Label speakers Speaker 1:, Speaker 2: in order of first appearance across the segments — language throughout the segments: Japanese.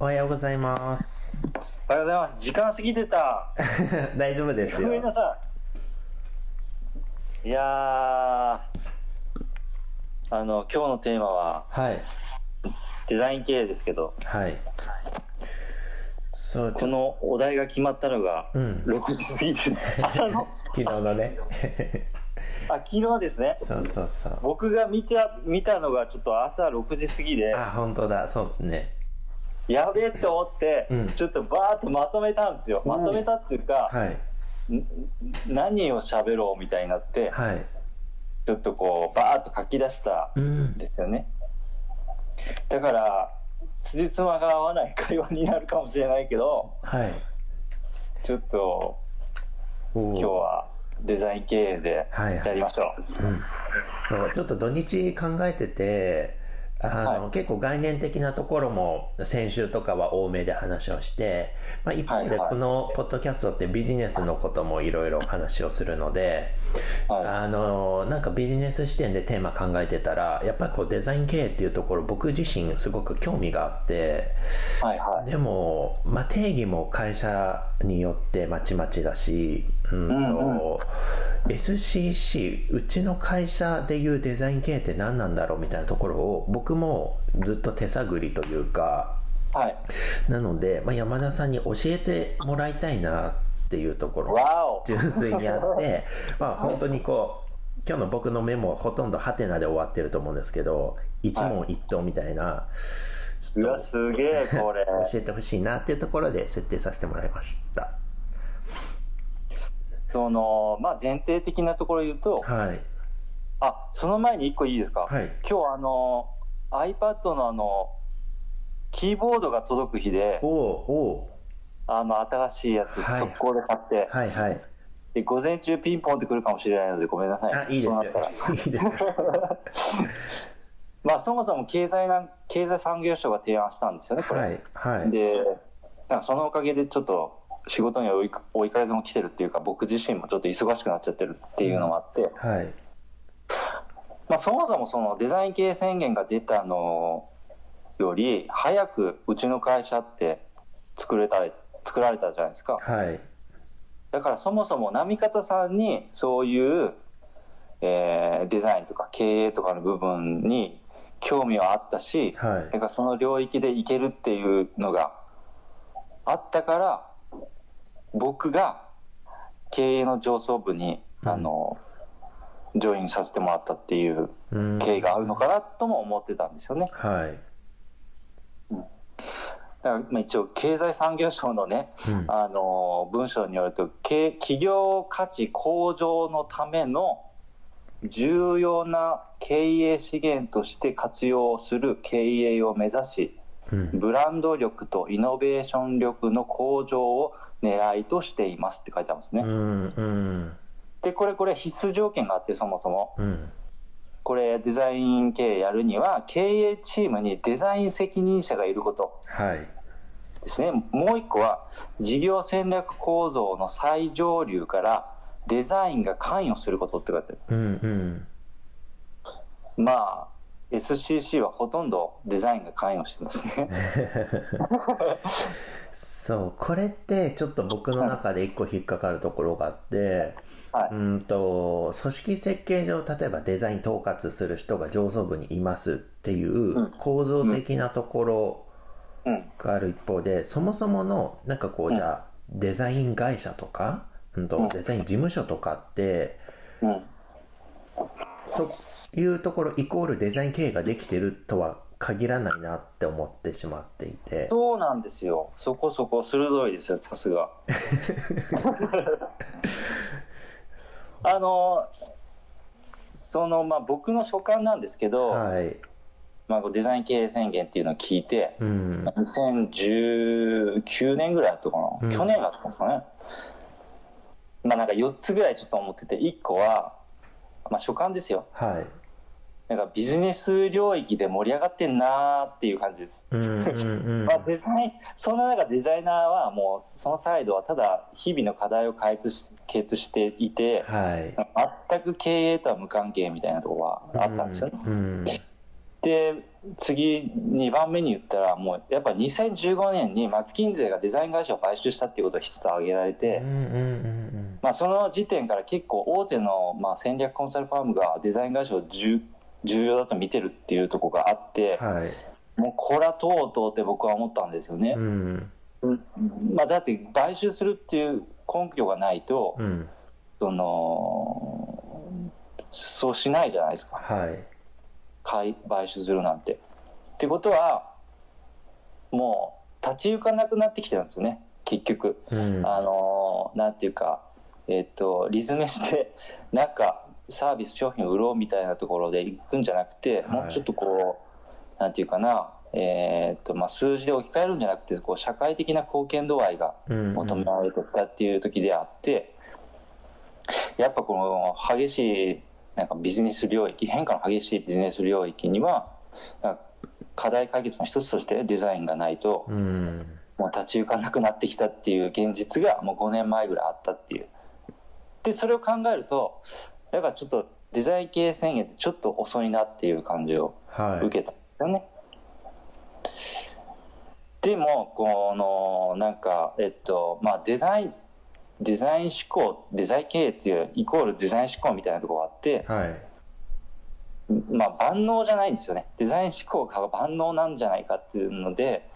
Speaker 1: おはようございます。
Speaker 2: おはようございます。時間過ぎてた。
Speaker 1: 大丈夫です
Speaker 2: ごめんな
Speaker 1: よ。
Speaker 2: さい。いやー、あの、今日のテーマは
Speaker 1: はい。
Speaker 2: デザイン経営ですけど、
Speaker 1: はい。そう、
Speaker 2: このお題が決まったのが、
Speaker 1: うん
Speaker 2: 6時過ぎです。朝の、
Speaker 1: 昨日のね。
Speaker 2: あ、昨日ですね。
Speaker 1: そうそうそう。
Speaker 2: 僕が見た、見たのがちょっと朝6時過ぎで、
Speaker 1: あ、本当だ。そうですね。
Speaker 2: やべえって思って、
Speaker 1: うん
Speaker 2: ちょっとバーっとまとめたんですよ。まとめたっていうか、
Speaker 1: はい。
Speaker 2: ん何を喋ろうみたいになって、
Speaker 1: はい。
Speaker 2: ちょっとこう、バーっと書き出した
Speaker 1: うん。
Speaker 2: ですよね。だから、辻褄が合わない会話になるかもしれないけど、
Speaker 1: はい。
Speaker 2: ちょっと
Speaker 1: 今
Speaker 2: 今日はデザイン経営で
Speaker 1: はい
Speaker 2: やりましょ
Speaker 1: そうちょっと土日考えててあの、
Speaker 2: はい
Speaker 1: 結構概念的なところも先週とかは多めで話をして、まあ、一方
Speaker 2: は
Speaker 1: で
Speaker 2: いはい
Speaker 1: このポッドキャストってビジネスのこともいろいろお話をするので、
Speaker 2: う。はい。
Speaker 1: あのなんかビジネス視点でテーマ考えてたらやっぱりこうデザイン経営っていうところ僕自身すごく興味があって。
Speaker 2: はいはい。
Speaker 1: でも、まあ、定義も会社によってまちまちだし、うんと
Speaker 2: うんう
Speaker 1: SCC うちの会社でいうデザイン系って何なんだろうみたいなところを僕もずっと手探りというか
Speaker 2: はい。
Speaker 1: なので、まあ、山田さんに教えてもらいたいなっていうところ
Speaker 2: わお
Speaker 1: 純粋にあ って、まあ本当にこう、今日の僕のメモほとんどハテナで終わってると思うんですけど、一問一答みたいな、ち
Speaker 2: う
Speaker 1: ょ
Speaker 2: わ、
Speaker 1: っと
Speaker 2: すげえ、こ れ。
Speaker 1: 教えてほしいなっていうところで設定させてもらいました。
Speaker 2: その、まあ前提的なところ言うと、
Speaker 1: はい。
Speaker 2: あ、その前に一個いいですか、
Speaker 1: はい。
Speaker 2: 今日あの、iPad のあの、キーボードが届く日で
Speaker 1: お、おお
Speaker 2: あの、新しいやつ
Speaker 1: はい
Speaker 2: 速攻で買って、
Speaker 1: うはいはい。
Speaker 2: で午前中ピンポンってくるかもしれないのでごめんなさい。
Speaker 1: あ、いいです
Speaker 2: そう
Speaker 1: よ
Speaker 2: なったら。。
Speaker 1: いいですよ。
Speaker 2: まあそもそも経済なん経済産業省が提案したんですよね、これ。
Speaker 1: はい。はい。
Speaker 2: で、なんかそのおかげでちょっと仕事には追い追い風も来てるっていうか、僕自身もちょっと忙しくなっちゃってるっていうのもあって、
Speaker 1: はい。
Speaker 2: まあそもそもそのデザイン経営宣言が出たのより早くうちの会社って作れた、作られたじゃないですか。
Speaker 1: はい。
Speaker 2: だからそもそも波方さんにそういう、えーデザインとか経営とかの部分に興味はあったし、
Speaker 1: はい。
Speaker 2: なんかその領域でいけるっていうのがあったから、僕が経営の上層部に、
Speaker 1: うん
Speaker 2: あの、ジョインさせてもらったっていう
Speaker 1: うん
Speaker 2: 経緯があるのかなとも思ってたんですよね。
Speaker 1: はい。
Speaker 2: だからまあ一応経済産業省のね、
Speaker 1: うん
Speaker 2: あの文章によると経企業価値向上のための重要な経営資源として活用する経営を目指し
Speaker 1: うん。
Speaker 2: ブランド力とイノベーション力の向上を狙いとしていますって書いてあるんですね、
Speaker 1: うん。うん。
Speaker 2: でこれこれ必須条件があってそもそも
Speaker 1: うん。
Speaker 2: これデザイン経営やるには経営チームにデザイン責任者がいること
Speaker 1: はい。
Speaker 2: ですね。もう一個は、事業戦略構造の最上流からデザインが関与することって書いてあ
Speaker 1: うん。うん。
Speaker 2: る。まあ、SCC はほとんどデザインが関与してますね。
Speaker 1: そうこれってちょっと僕の中で一個引っかかるところがあって、
Speaker 2: は
Speaker 1: う
Speaker 2: い。
Speaker 1: んと組織設計上例えばデザイン統括する人が上層部にいますっていう
Speaker 2: うん
Speaker 1: 構造的なところ
Speaker 2: うん。
Speaker 1: がある一方でそもそものなんかこ
Speaker 2: う
Speaker 1: うんじゃあデザイン会社とか、うん、
Speaker 2: う
Speaker 1: と
Speaker 2: ん
Speaker 1: デザイン事務所とかって
Speaker 2: うん。
Speaker 1: そういうところイコールデザイン経営ができてるとは限らないなって思ってしまっていて。
Speaker 2: そうなんですよ。そこそこ鋭いですよ、さ すが。あの、その、まあ僕の所感なんですけど、
Speaker 1: はい、
Speaker 2: まあこうデザイン経営宣言っていうのを聞いて、
Speaker 1: うん
Speaker 2: 2019年ぐらいだったかな、
Speaker 1: うん
Speaker 2: 去年だったんですかねまあなんか4つぐらいちょっと思ってて1個は、まあ、所感ですよ
Speaker 1: はい
Speaker 2: なんかビジネス領域で盛り上がってんなーっていう感じです、
Speaker 1: うんうんうん
Speaker 2: まあ、デザインそんな中デザイナーはもうそのサイドはただ日々の課題を解決し解決していて
Speaker 1: はい。
Speaker 2: 全く経営とは無関係みたいなところはあったんですよね、
Speaker 1: うん。
Speaker 2: で次2番目に言ったらもうやっぱ2015年にマッキンゼーがデザイン会社を買収したっていうことが一つ挙げられて、
Speaker 1: うんうんうん
Speaker 2: まあ、その時点から結構大手のまあ戦略コンサルファームがデザイン会社を重重要だと見てるっていうところがあって、
Speaker 1: うんはい
Speaker 2: もうこれはとうとうって僕は思ったんですよね
Speaker 1: う、ん
Speaker 2: まあ、だって買収するっていう根拠がないと、
Speaker 1: うん
Speaker 2: そのそうしないじゃないですか
Speaker 1: はい
Speaker 2: 買い買収するなんて。ってことはもう立ち行かなくなってきてるんですよね結局。
Speaker 1: うん
Speaker 2: あのーなんていうか、えっとリズメして なんかサービス商品を売ろうみたいなところで行くんじゃなくて、
Speaker 1: はい
Speaker 2: もうちょっとこうなんていうかな、えっとまあ、数字で置き換えるんじゃなくてこう社会的な貢献度合いが
Speaker 1: うん
Speaker 2: 求められてきたっていう時であって、やっぱこの激しいなんかビジネス領域変化の激しいビジネス領域にはなんか課題解決の一つとしてデザインがないと
Speaker 1: うん
Speaker 2: もう立ち行かなくなってきたっていう現実がもう5年前ぐらいあったっていうでそれを考えるとやっぱちょっとデザイン系宣言ってちょっと遅いなっていう感じを
Speaker 1: はい
Speaker 2: 受けたんですよね、でもこのなんかえっとまあデザインデザイン思考デザイン経営っていうイコールデザイン思考みたいなところがあって
Speaker 1: はい
Speaker 2: まあ万能じゃないんですよねデザイン思考が万能なんじゃないかっていうので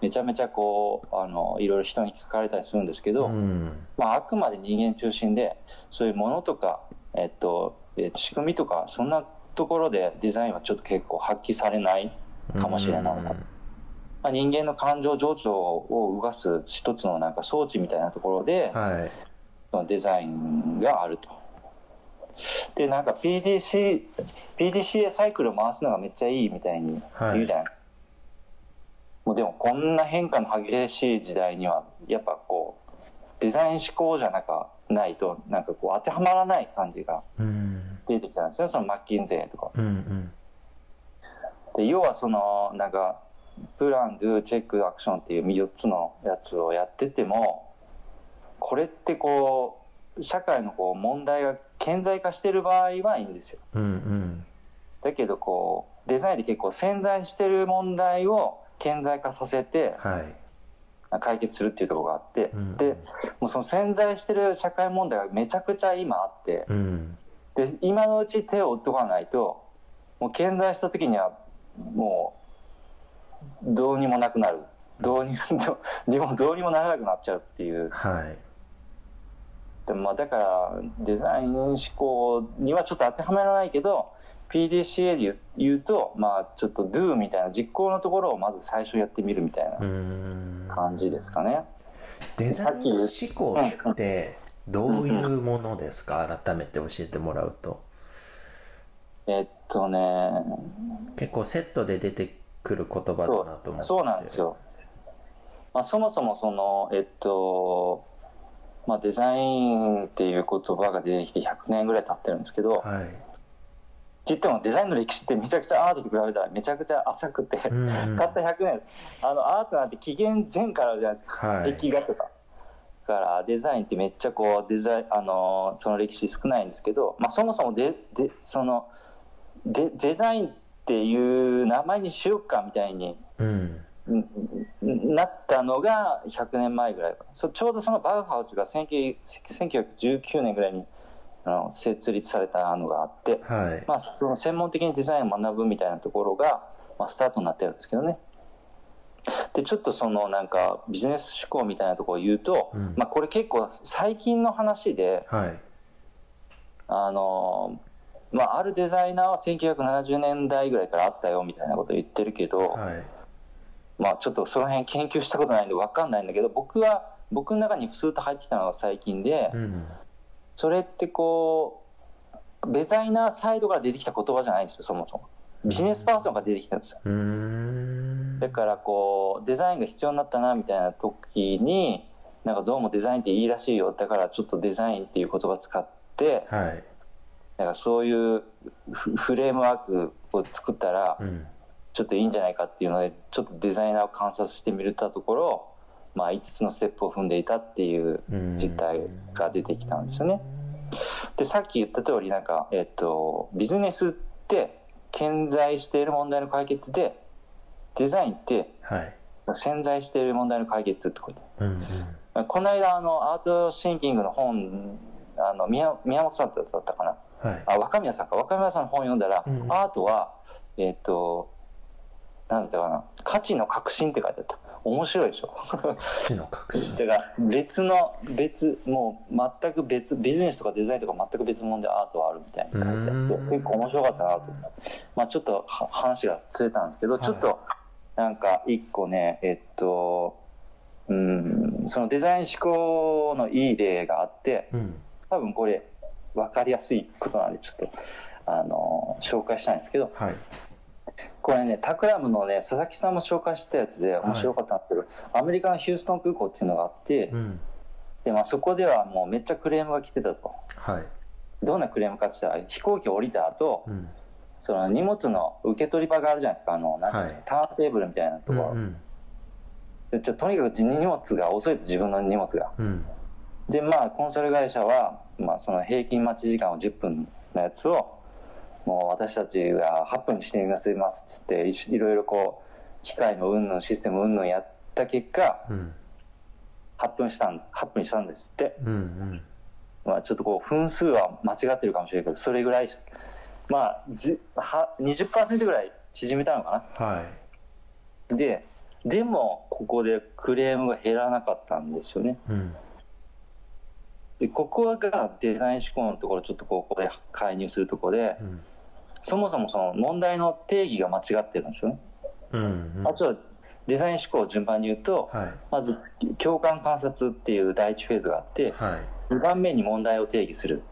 Speaker 2: めちゃめちゃこうあのいろいろ人に聞かれたりするんですけど、
Speaker 1: うん
Speaker 2: まあ、あくまで人間中心でそういうものとか、えっとえっと、仕組みとかそんなところでデザインはちょっと結構発揮されない、かもしれない
Speaker 1: うん
Speaker 2: まあ、人間の感情情緒を動かす一つのなんか装置みたいなところで、
Speaker 1: はい
Speaker 2: そのデザインがあると。でなんか PDC PDCA サイクルを回すのがめっちゃいいみたいに言うじゃない、もうでもこんな変化の激しい時代にはやっぱこうデザイン思考じゃなんかないとなんかこう当てはまらない感じが
Speaker 1: うん
Speaker 2: 出てきたんですよそのマッキンゼーとか。
Speaker 1: うんうん
Speaker 2: で要はそのなんかプランドゥチェックアクションっていう4つのやつをやっててもこれってこう社会のこう問題が顕在化してる場合はいいんですよ
Speaker 1: うんうん
Speaker 2: だけどこうデザインで結構潜在してる問題を顕在化させて
Speaker 1: はい
Speaker 2: 解決するっていうところがあって、
Speaker 1: うん
Speaker 2: でもうその潜在してる社会問題がめちゃくちゃ今あって
Speaker 1: うん
Speaker 2: で今のうち手を打っとかないともう健在した時にはもうどうにもなくなるどうにも でもどうにもならなくなっちゃうっていう
Speaker 1: はい
Speaker 2: でもまあだからデザイン思考にはちょっと当てはめられないけど PDCA で言う言うとまあちょっと Do みたいな実行のところをまず最初やってみるみたいな
Speaker 1: うん
Speaker 2: 感じですかね。
Speaker 1: デザイン思考ってどういうものですか改めて教えてもらうと
Speaker 2: えっとね
Speaker 1: 結構セットで出てくる言葉だなと思って
Speaker 2: そうなんですよ、まあ、そもそもそのえっと、まあ、デザインっていう言葉が出てきて100年ぐらい経ってるんですけど、
Speaker 1: はい
Speaker 2: って言ってもデザインの歴史ってめちゃくちゃアートと比べたらめちゃくちゃ浅くて、
Speaker 1: うんうん
Speaker 2: たった100年あのアートなんて紀元前からじゃないですか、
Speaker 1: はい
Speaker 2: 壁画とか。だからデザインってめっちゃこうデザイン、あのーその歴史少ないんですけど、まあ、そもそもででそのでデザインっていう名前にしようかみたいに
Speaker 1: うん
Speaker 2: うんなったのが100年前ぐらいそちょうどそのバウハウスが19 1919年ぐらいにあの設立されたのがあって、
Speaker 1: はい
Speaker 2: まあ、その専門的にデザインを学ぶみたいなところが、まあ、スタートになってるんですけどねでちょっとそのなんかビジネス思考みたいなところを言うと、
Speaker 1: うん
Speaker 2: まあ、これ結構最近の話で
Speaker 1: はい
Speaker 2: あの、まあ、あるデザイナーは1970年代ぐらいからあったよみたいなこと言ってるけど、
Speaker 1: はい
Speaker 2: まあ、ちょっとその辺研究したことないんで分かんないんだけど僕は僕の中にふつーと入ってきたのが最近で、
Speaker 1: うん
Speaker 2: それってこうデザイナーサイドから出てきた言葉じゃないんですよそもそもビジネスパーソンが出てきたんですよ
Speaker 1: うーん
Speaker 2: だからこうデザインが必要になったなみたいな時になんかどうもデザインっていいらしいよだからちょっとデザインっていう言葉使って
Speaker 1: はい
Speaker 2: なんかそういうフフレームワークを作ったら
Speaker 1: うん
Speaker 2: ちょっといいんじゃないかっていうのでちょっとデザイナーを観察してみたところ、まあ、5つのステップを踏んでいたっていう
Speaker 1: うん
Speaker 2: 実態が出てきたんですよね。でさっき言った通りなんか、えっと、ビジネスって顕在している問題の解決でデザインって
Speaker 1: はい
Speaker 2: 潜在している問題の解決ってこと
Speaker 1: うんうん
Speaker 2: この間あのアートシンキングの本あの宮宮本さんだったかな
Speaker 1: はい
Speaker 2: あ若宮さんか若宮さんの本読んだら、
Speaker 1: うん
Speaker 2: アートはえっ、となんだったかな価値の革新って書いてあった面白いでしょ
Speaker 1: 死の確信
Speaker 2: だから別の別もう全く別ビジネスとかデザインとか全く別物でアートはあるみたいに書いてあって
Speaker 1: うん
Speaker 2: 結構面白かったなと思って、まあ、ちょっとは話がつれたんですけど、
Speaker 1: い
Speaker 2: ちょっとなんか一個ねえっとうんそのデザイン思考のいい例があって、
Speaker 1: うん
Speaker 2: 多分これ分かりやすいことなんでちょっとあの紹介したいんですけど
Speaker 1: はい
Speaker 2: これねタクラムのね佐々木さんも紹介したやつで
Speaker 1: い
Speaker 2: 面白かったんですけど、アメリカのヒューストン空港っていうのがあって、
Speaker 1: うん
Speaker 2: でまあ、そこではもうめっちゃクレームが来てたと
Speaker 1: はい
Speaker 2: どんなクレームかって言ったら飛行機降りた後
Speaker 1: うん
Speaker 2: その荷物の受け取り場があるじゃないですかあのなんていうの、
Speaker 1: はい
Speaker 2: ターンテーブルみたいなと
Speaker 1: う
Speaker 2: こ
Speaker 1: ん
Speaker 2: ろ、
Speaker 1: うん
Speaker 2: でちょとにかく荷物が遅いと自分の荷物が
Speaker 1: うん
Speaker 2: でまあコンサル会社は、まあ、その平均待ち時間を10分のやつをもう私たちが8分にしてみますっつっていしいろいろこう機械の云々システム云々やった結果
Speaker 1: うん
Speaker 2: 8分したん8分にしたんですって、
Speaker 1: うんうん
Speaker 2: まあ、ちょっとこう分数は間違ってるかもしれないけどそれぐらいしまあじは20%ぐらい縮めたのか
Speaker 1: はい
Speaker 2: なででもここでクレームが減らなかったんですよね
Speaker 1: うん
Speaker 2: でここがデザイン思考のところちょっとここで介入するところで
Speaker 1: うん
Speaker 2: そもそもその問題の定義が間違ってるんですよね。
Speaker 1: うんうん
Speaker 2: あとはデザイン思考を順番に言うと、
Speaker 1: は
Speaker 2: まず共感観察っていう第一フェーズがあっ
Speaker 1: い
Speaker 2: て、
Speaker 1: はい
Speaker 2: 2番目に問題を定義するんで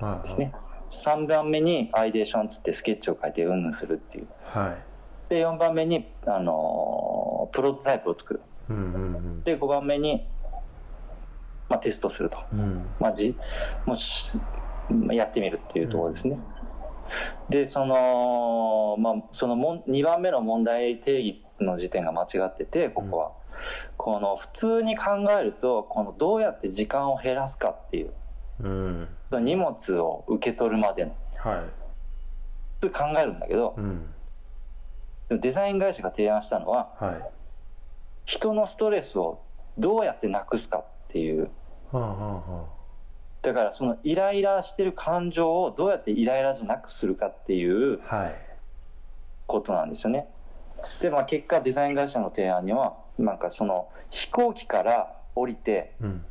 Speaker 1: あ
Speaker 2: すね。3番目にアイデーションつってスケッチを書いてうんぬんするっていう。
Speaker 1: は
Speaker 2: で、4番目に、あのープロトタイプを作る。
Speaker 1: いうんうんうん
Speaker 2: で、5番目に、まあ、テストすると。
Speaker 1: うん
Speaker 2: まあ、じもうしやってみるっていうところですね。でその,、まあ、そのもん2番目の問題定義の時点が間違っててここは、この普通に考えるとこのどうやって時間を減らすかっていう
Speaker 1: うん
Speaker 2: その荷物を受け取るまでの
Speaker 1: は
Speaker 2: 普通考えるんだけど
Speaker 1: いうん
Speaker 2: でもデザイン会社が提案したのは
Speaker 1: はい
Speaker 2: 人のストレスをどうやってなくすかっていう
Speaker 1: はあはあは
Speaker 2: だからそのイライラしてる感情をどうやってイライラじゃなくするかっていう
Speaker 1: あはい
Speaker 2: ことなんですよね。で、まあ、結果デザイン会社の提案にはなんかその飛行機から降りて
Speaker 1: うん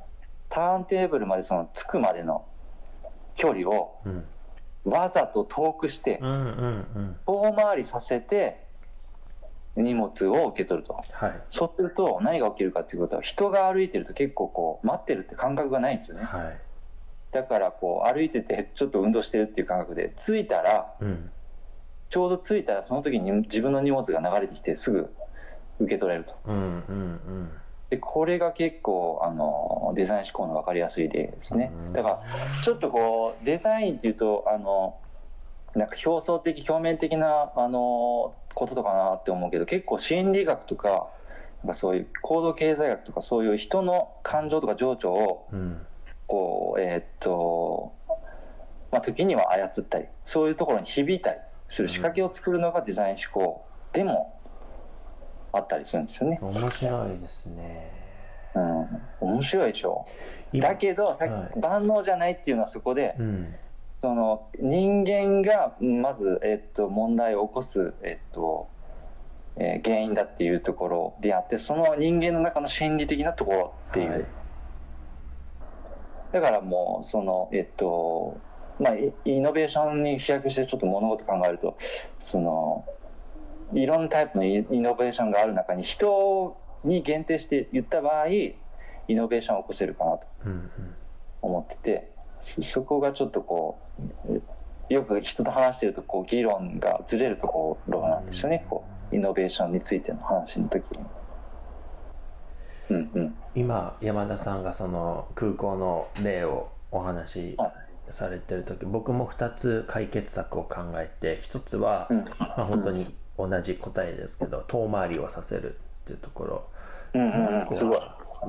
Speaker 2: ターンテーブルまでその着くまでの距離を
Speaker 1: うん
Speaker 2: わざと遠くして
Speaker 1: うんうんうん
Speaker 2: 遠回りさせて荷物を受け取ると
Speaker 1: はい
Speaker 2: そうすると何が起きるかっていうことは人が歩いてると結構こう待ってるって感覚がないんですよね
Speaker 1: はい
Speaker 2: だからこう歩いててちょっと運動してるっていう感覚で着いたら
Speaker 1: うん
Speaker 2: ちょうど着いたらその時に自分の荷物が流れてきてすぐ受け取れると
Speaker 1: うんうん
Speaker 2: でこれが結構あのデザイン思考の分かりやすい例ですね
Speaker 1: うん
Speaker 2: だからちょっとこうデザインっていうとあのなんか表層的表面的なあのこととかなって思うけど結構心理学とかなんかそういう行動経済学とかそういう人の感情とか情緒を
Speaker 1: うんうん
Speaker 2: こうえーっと、まあ、時には操ったりそういうところに響いたりする仕掛けを作るのがデザイン思考でもあったりするんですよね。
Speaker 1: 面白いですね
Speaker 2: うん、面白いでしょ
Speaker 1: 今
Speaker 2: だけどさ、
Speaker 1: はい
Speaker 2: 万能じゃないっていうのはそこで、
Speaker 1: うん
Speaker 2: その人間がまず、えっと、問題を起こす、えっとえー原因だっていうところであってその人間の中の心理的なところっていう、
Speaker 1: はい
Speaker 2: だからもうそのえっとまあイイノベーションに飛躍してちょっと物事考えるとそのいろんなタイプのイイノベーションがある中に人に限定して言った場合イノベーションを起こせるかなと
Speaker 1: うん
Speaker 2: 思っててそそこがちょっとこうえよく人と話してるとこう議論がずれるところなんですよねこうイノベーションについての話の時に。うんうん、
Speaker 1: 今山田さんがその空港の例をお話し
Speaker 2: はい
Speaker 1: されてる時僕も2つ解決策を考えて1つは、
Speaker 2: うん
Speaker 1: まあ、本当に同じ答えですけど遠回りをさせるっていうところ
Speaker 2: うんうんうんすごい。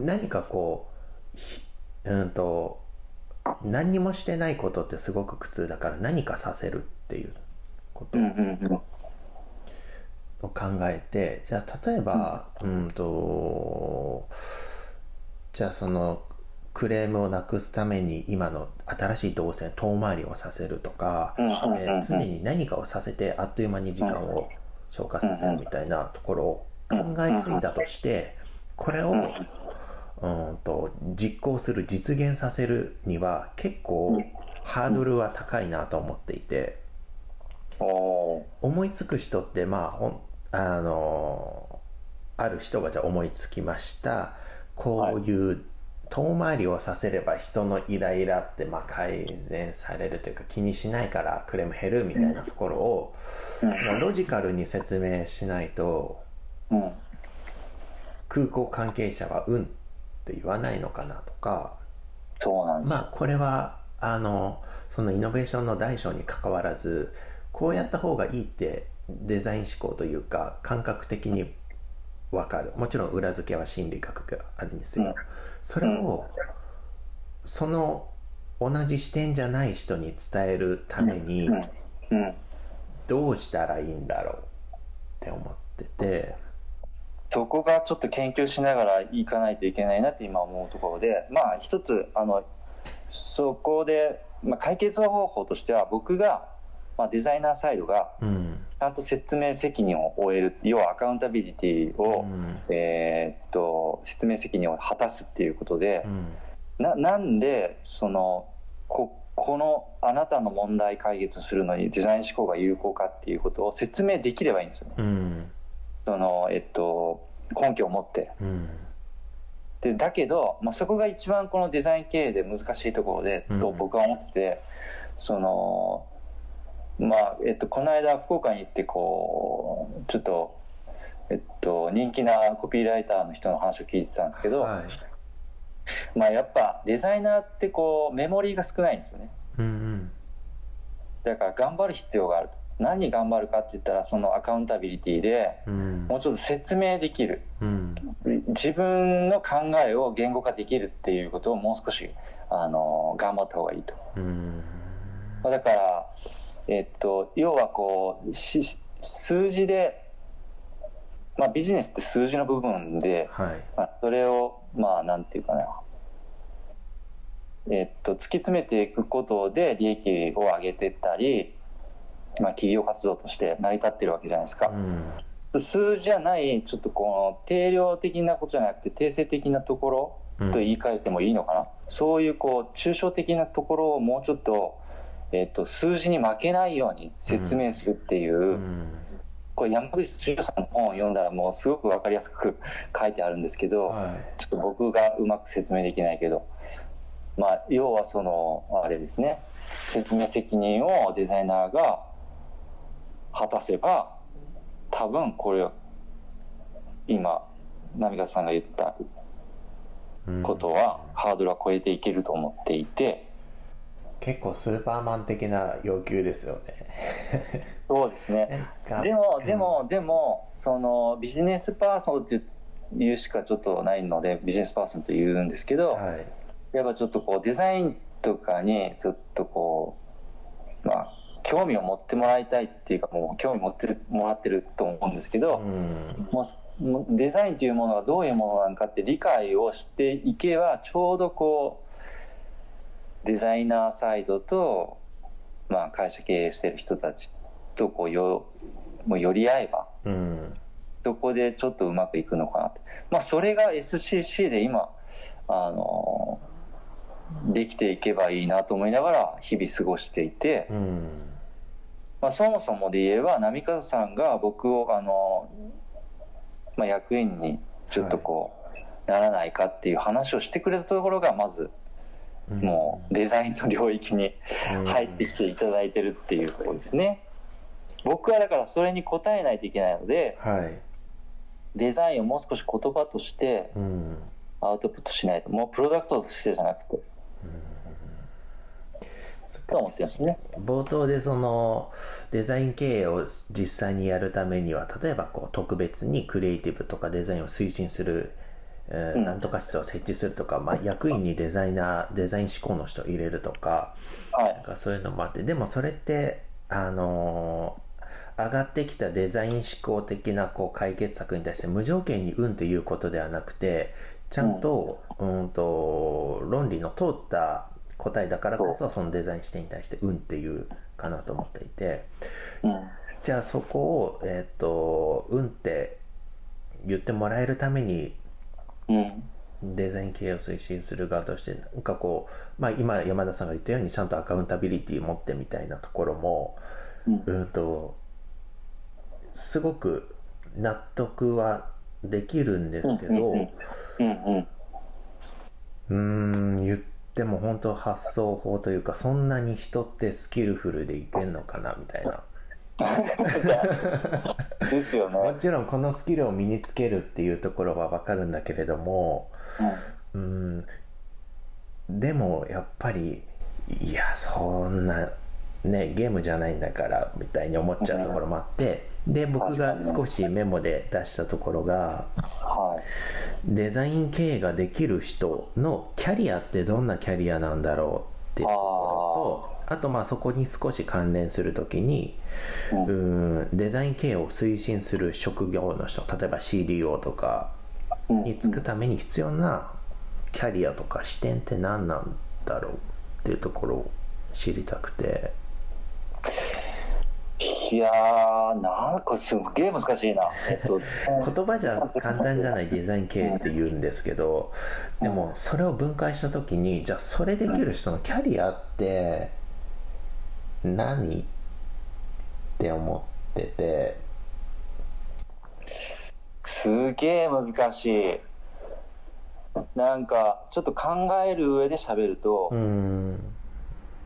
Speaker 1: 何かこうひうんと何にもしてないことってすごく苦痛だから何かさせるっていうこ
Speaker 2: う
Speaker 1: と
Speaker 2: んうん
Speaker 1: を考えて、じゃあ例えば、うん、とじゃあそのクレームをなくすために今の新しい動線遠回りをさせるとか、
Speaker 2: うんうんうん
Speaker 1: えー常に何かをさせてあっという間に時間を消化させるみたいなところを考えついたとしてこれを、
Speaker 2: う
Speaker 1: うんん、と実行する実現させるには結構ハードルは高いなと思っていて。
Speaker 2: おお
Speaker 1: 思いつく人ってまあほんあのある人がじゃあ思いつきましたこういう遠回りをさせれば人のイライラってまあ改善されるというか気にしないからクレーム減るみたいなところを、
Speaker 2: ー
Speaker 1: まあロジカルに説明しないと
Speaker 2: うんうん
Speaker 1: 空港関係者は「うん」って言わないのかなとか
Speaker 2: そうなんですよ
Speaker 1: まあこれはあのそのイノベーションの大小に関わらずこうやった方がいいってデザイン思考というか感覚的に分かるもちろん裏付けは心理学があるんですよ、
Speaker 2: うん
Speaker 1: それをその同じ視点じゃない人に伝えるために
Speaker 2: うんうん
Speaker 1: どうしたらいいんだろうって思ってて
Speaker 2: そこがちょっと研究しながらいかないといけないなって今思うところでまあ一つあのそこで、まあ、解決方法としては僕が、まあ、デザイナーサイドが
Speaker 1: うん
Speaker 2: ちゃんと説明責任を負える要はアカウンタビリティ
Speaker 1: う
Speaker 2: を、
Speaker 1: ん
Speaker 2: えーっと説明責任を果たすっていうことで
Speaker 1: う、ん
Speaker 2: ななんでそのここのあなたの問題解決するのにデザイン思考が有効かっていうことを説明できればいいんですよね。
Speaker 1: うん
Speaker 2: そのえっと根拠を持って
Speaker 1: うん
Speaker 2: でだけど、まあ、そこが一番このデザイン経営で難しいところで、
Speaker 1: うん
Speaker 2: と僕は思っててそのまあえっとこの間福岡に行ってこうちょっとえっと人気なコピーライターの人の話を聞いてたんですけど、
Speaker 1: はい
Speaker 2: まあやっぱデザイナーってこうメモリーが少ないんですよね
Speaker 1: うん
Speaker 2: だから頑張る必要がある何に頑張るかって言ったらそのアカウンタビリティで
Speaker 1: うんうん
Speaker 2: もうちょっと説明できる
Speaker 1: うん
Speaker 2: 自分の考えを言語化できるっていうことをもう少しあの頑張った方がいいと、
Speaker 1: うん
Speaker 2: まあだから、えっと、要はこうし数字で、まあ、ビジネスって数字の部分で、
Speaker 1: はい
Speaker 2: まあ、それをまあなんていうかなえっと突き詰めていくことで利益を上げてったり、まあ、企業活動として成り立ってるわけじゃないですか
Speaker 1: う、ん
Speaker 2: 数字じゃないちょっとこの定量的なことじゃなくて定性的なところ
Speaker 1: うん
Speaker 2: と言い換えてもいいのかな、そういうこう抽象的なところをもうちょっと,、えっと数字に負けないように説明するっていう、
Speaker 1: うん
Speaker 2: これ山口俊さんの本を読んだらもうすごく分かりやすく書いてあるんですけど、
Speaker 1: はい
Speaker 2: ちょっと僕がうまく説明できないけど、まあ、要はそのあれですね説明責任をデザイナーが果たせば多分これを今波川さんが言った
Speaker 1: うん
Speaker 2: ことは、ハードルは超えていけると思っていて
Speaker 1: 結構スーパーマン的な要求ですよね
Speaker 2: そうですね
Speaker 1: なんか
Speaker 2: でもでもでもそのビジネスパーソンって言うしかちょっとないのでビジネスパーソンと言うんですけど、
Speaker 1: はい
Speaker 2: やっぱちょっとこうデザインとかにちょっとこうまあ興味を持ってもらいたいっていうかもう興味持ってるもらってると思うんですけ
Speaker 1: う
Speaker 2: ど、
Speaker 1: ん
Speaker 2: もうもうデザインというものがどういうものなのかって理解をしていけばちょうどこうデザイナーサイドと、まあ、会社経営してる人たちとこうよもう寄り合えば
Speaker 1: うん
Speaker 2: どこでちょっとうまくいくのかなって、まあ、それが SCC で今、あのできていけばいいなと思いながら日々過ごしていて、
Speaker 1: うん
Speaker 2: まあ、そもそもで言えば波風さんが僕を、あのまあ、役員にちょっとこう、ならないかっていう話をしてくれたところがまず
Speaker 1: うん
Speaker 2: もうデザインの領域に
Speaker 1: うん
Speaker 2: 入ってきていただいてるっていうところですね。僕はだからそれに応えないといけないので
Speaker 1: はい
Speaker 2: デザインをもう少し言葉として
Speaker 1: うん
Speaker 2: アウトプットしないともうプロダクトとしてじゃなくてと思ってますね
Speaker 1: 冒頭でそのデザイン経営を実際にやるためには例えばこう特別にクリエイティブとかデザインを推進する、えー
Speaker 2: うん
Speaker 1: なんとか室を設置するとか、まあ、役員にデザイナーデザイン思考の人を入れるとか
Speaker 2: は
Speaker 1: ないんかそういうのもあってでもそれってあのー上がってきたデザイン思考的なこう解決策に対して無条件にうんということではなくてちゃんと,、うん、と論理の通った答えだからこそそのデザイン視点に対してうんっていうかなと思っていて
Speaker 2: うん
Speaker 1: じゃあそこを、えっとうんって言ってもらえるために
Speaker 2: うん
Speaker 1: デザイン経営を推進する側としてなんかこう、まあ、今山田さんが言ったようにちゃんとアカウンタビリティ持ってみたいなところも
Speaker 2: うん
Speaker 1: うんとすごく納得はできるんですけど
Speaker 2: うんうんうん
Speaker 1: うん言っても本当発想法というかそんなに人ってスキルフルでいけるのかなみたい な
Speaker 2: ですよ
Speaker 1: も
Speaker 2: ね、
Speaker 1: ちろんこのスキルを身につけるっていうところは分かるんだけれどもうんでもやっぱりいやそんなねゲームじゃないんだからみたいに思っちゃうところもあってで僕が少しメモで出したところが
Speaker 2: はい
Speaker 1: デザイン経営ができる人のキャリアってどんなキャリアなんだろうっていうところとあとまあそこに少し関連するときに
Speaker 2: う
Speaker 1: うんんデザイン経営を推進する職業の人例えば CDO とか
Speaker 2: うん
Speaker 1: につくために必要なキャリアとか視点って何なんだろうっていうところを知りたくて
Speaker 2: いやーなんかすっげえ難しいなえっと
Speaker 1: 言葉じゃ簡単じゃないデザイン経営って言うんですけどでもそれを分解した時にじゃあそれできる人のキャリアって何って思ってて
Speaker 2: すげえ難しいなんかちょっと考える上で喋ると、
Speaker 1: うん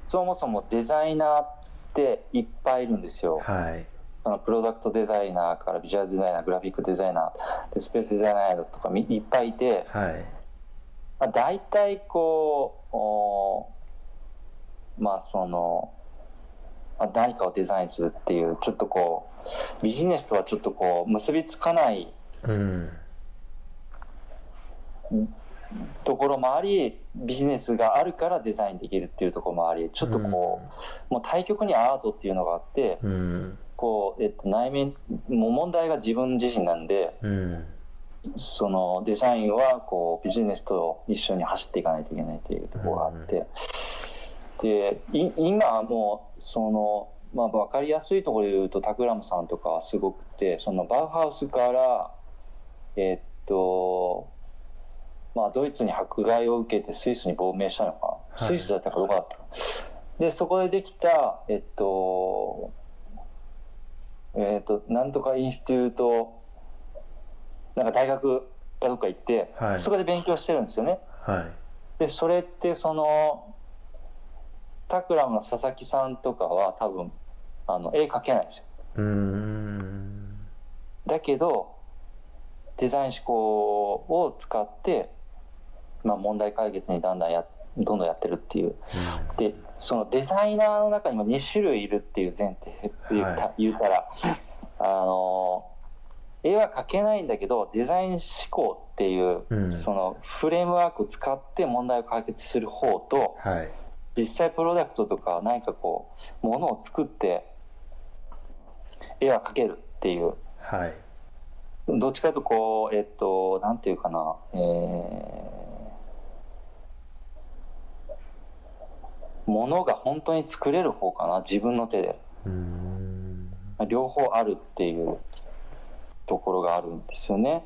Speaker 2: そもそもデザイナーっていっぱいいるんですよ
Speaker 1: はい
Speaker 2: そのプロダクトデザイナーからビジュアルデザイナーグラフィックデザイナーでスペースデザイナーとかみいっぱいいて、
Speaker 1: はい
Speaker 2: まあ、大体こうおーまあその、まあ、何かをデザインするっていうちょっとこうビジネスとはちょっとこう結びつかない
Speaker 1: うん
Speaker 2: ところもありビジネスがあるからデザインできるっていうところもありちょっとこう、もう対極にアートっていうのがあって
Speaker 1: うん
Speaker 2: こう、えっと、内面もう問題が自分自身なんで
Speaker 1: うん
Speaker 2: そのデザインはこうビジネスと一緒に走っていかないといけないというところがあって、でい今はもうその、まあ、分かりやすいところで言うとタクラムさんとかはすごくてそのバウハウスからえっとまあドイツに迫害を受けてスイスに亡命したのか、
Speaker 1: い
Speaker 2: スイスだったかどこだったかでそこでできたえっとえっとなんとかインスティュートなんか大学かどっか行って、
Speaker 1: はい
Speaker 2: そこで勉強してるんですよね。
Speaker 1: はい
Speaker 2: でそれってそのタクラムの佐々木さんとかは多分あの絵描けないんですよ
Speaker 1: うん
Speaker 2: だけどデザイン思考を使って、まあ、問題解決にだんだんやどんどんやってるっていうでそのデザイナーの中にも2種類いるっていう前提って言った,、
Speaker 1: は
Speaker 2: 言うたらあの絵は描けないんだけどデザイン思考っていう、
Speaker 1: うん
Speaker 2: そのフレームワークを使って問題を解決する方と、
Speaker 1: はい
Speaker 2: 実際プロダクトとか何かこうものを作って絵は描けるっていう
Speaker 1: はい
Speaker 2: どっちかというとこうえっとなんていうかなえーものが本当に作れる方かな自分の手で
Speaker 1: うん
Speaker 2: 両方あるっていうところがあるんですよね。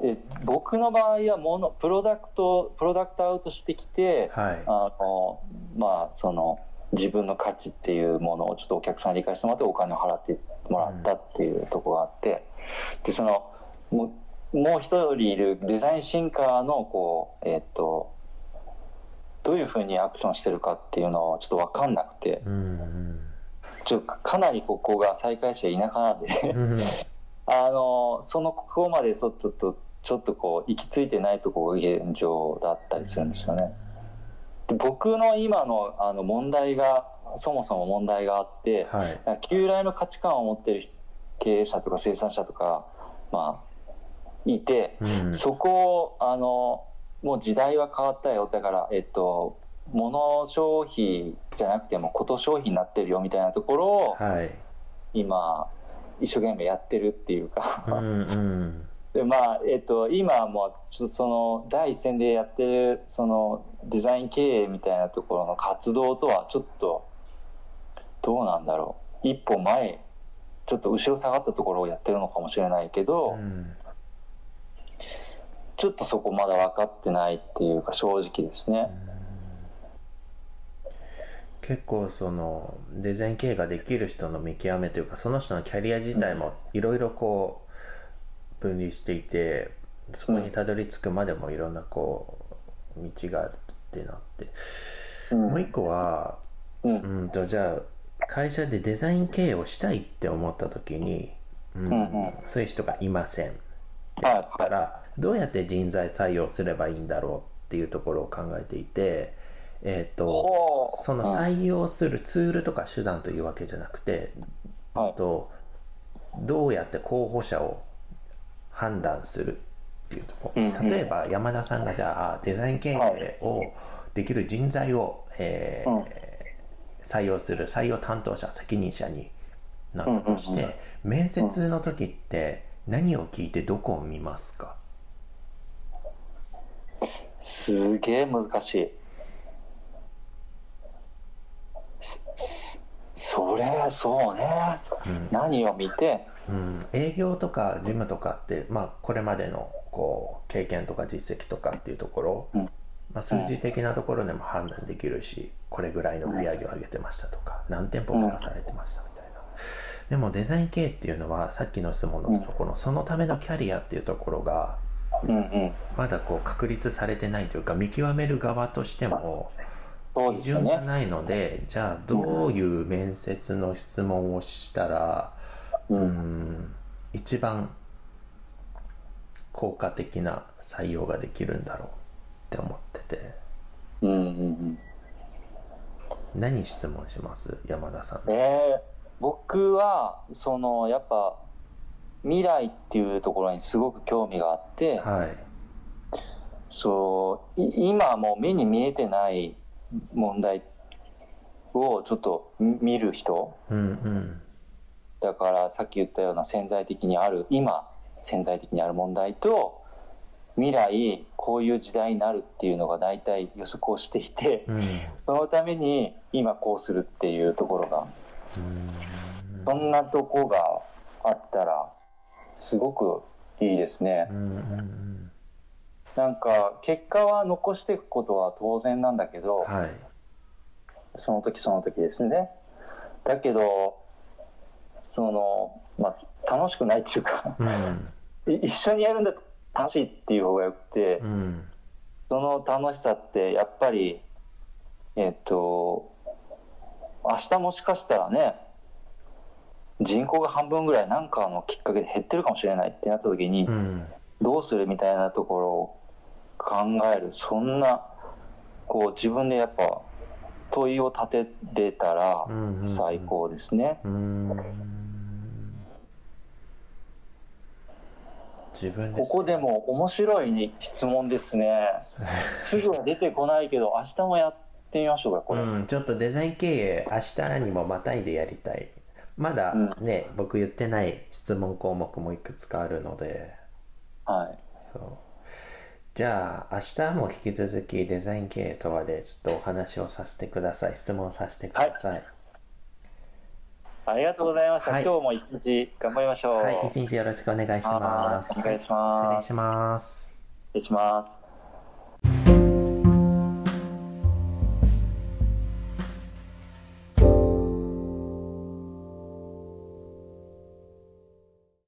Speaker 2: で僕の場合はものプロダクトプロダクトアウトしてきて、
Speaker 1: はい
Speaker 2: あのまあその自分の価値っていうものをちょっとお客さんに理解してもらってお金を払ってもらったっていうところがあって、でそのもうもう一人いるデザインシンカーのこうえっとどういうふうにアクションしてるかっていうのをちょっと分かんなくて
Speaker 1: うん
Speaker 2: ちょっとかなりここが再開者田舎なんで
Speaker 1: うん
Speaker 2: あのそのここまでちょっととちょっとこう行き着いてないとこが現状だったりするんですよね。で僕の今のあの問題がそもそも問題があって
Speaker 1: はい
Speaker 2: 旧来の価値観を持ってる人経営者とか生産者とかまあいて、
Speaker 1: うん
Speaker 2: そこをあのもう時代は変わったよだからえっと物消費じゃなくてもこと消費になってるよみたいなところを
Speaker 1: はい
Speaker 2: い今一生懸命やってるっていうか、
Speaker 1: うんうん
Speaker 2: でまあえっと、今はもうちょっとその第一線でやってるそのデザイン経営みたいなところの活動とはちょっとどうなんだろう一歩前ちょっと後ろ下がったところをやってるのかもしれないけど、
Speaker 1: うん
Speaker 2: ちょっとそこまだ分かってないっていうか正直ですね。
Speaker 1: 結構そのデザイン系ができる人の見極めというかその人のキャリア自体もいろいろこう分離していてそこにたどり着くまでもいろんなこう道があるってなって
Speaker 2: うん
Speaker 1: もう一個は
Speaker 2: うん
Speaker 1: うんとじゃあ会社でデザイン経営をしたいって思った時に、うん
Speaker 2: うんうん
Speaker 1: そういう人がいません
Speaker 2: はい
Speaker 1: か
Speaker 2: はい
Speaker 1: らどうやって人材採用すればいいんだろうっていうところを考えていてえっ、と
Speaker 2: ほう
Speaker 1: その
Speaker 2: はい
Speaker 1: 採用するツールとか手段というわけじゃなくて、
Speaker 2: はい
Speaker 1: とどうやって候補者を判断するっていうとこ
Speaker 2: うんうん
Speaker 1: 例えば山田さんがじゃあデザイン経営をできる人材を、えー
Speaker 2: うん
Speaker 1: 採用する採用担当者責任者になったとして、
Speaker 2: うんうん
Speaker 1: 面接の時って何を聞いてどこを見ますか、
Speaker 2: すげえ難しい。すすそれはそうね、何を見て、
Speaker 1: うん、営業とか事務とかって、まあ、これまでのこう経験とか実績とかっていうところ、
Speaker 2: うん
Speaker 1: まあ、数字的なところでも判断できるしこれぐらいの売り上げを上げてましたとか何店舗からされてましたみたいなでもデザイン系っていうのはさっきの質問のところそのためのキャリアっていうところが
Speaker 2: うんうん、
Speaker 1: まだこう確立されてないというか見極める側としても
Speaker 2: そう
Speaker 1: 基
Speaker 2: ですよ
Speaker 1: 準が
Speaker 2: ね。
Speaker 1: ないのでじゃあどういう面接の質問をしたら
Speaker 2: う、
Speaker 1: うんん一番効果的な採用ができるんだろうって思ってて
Speaker 2: うん、うん、
Speaker 1: 何質問します山田さん
Speaker 2: うん。えー、僕は、その、やっぱ、未来っていうところにすごく興味があって、
Speaker 1: はい
Speaker 2: そうい今はもう目に見えてない問題をちょっと見る人
Speaker 1: うん
Speaker 2: だからさっき言ったような潜在的にある今潜在的にある問題と未来こういう時代になるっていうのが大体予測をしていて
Speaker 1: うんうん
Speaker 2: そのために今こうするっていうところがそんなとこがあったらすごくいいですね。
Speaker 1: うんうん
Speaker 2: なんか結果は残していくことは当然なんだけど、
Speaker 1: はい
Speaker 2: その時その時ですね。だけど、その、まあ、楽しくないっていうか、
Speaker 1: うん
Speaker 2: い一緒にやるんだったら楽しいっていう方がよくて
Speaker 1: う、ん
Speaker 2: その楽しさってやっぱり、えっと、明日もしかしたらね、人口が半分ぐらいなんかのきっかけで減ってるかもしれないってなった時に
Speaker 1: う、ん
Speaker 2: どうするみたいなところを考える、そんな、こう自分でやっぱ問いを立てれたら、
Speaker 1: うん
Speaker 2: 最高ですね。
Speaker 1: うん自分
Speaker 2: こ
Speaker 1: で
Speaker 2: こでも面白いに質問ですね。すぐは出てこないけど、明日もやってみましょうか、これ。
Speaker 1: うん、ちょっとデザイン経営明日にもまたいでやりたいまだね、僕言ってない質問項目もいくつかあるので
Speaker 2: はい。
Speaker 1: そうじゃあ明日も引き続きデザイン経営とはでちょっとお話をさせてください質問させてください
Speaker 2: ありがとうございました。
Speaker 1: はい
Speaker 2: 今日も一日頑張りましょう。
Speaker 1: はい、一日よろしくお願いします
Speaker 2: はいお願いします
Speaker 1: 失礼します
Speaker 2: 失礼します。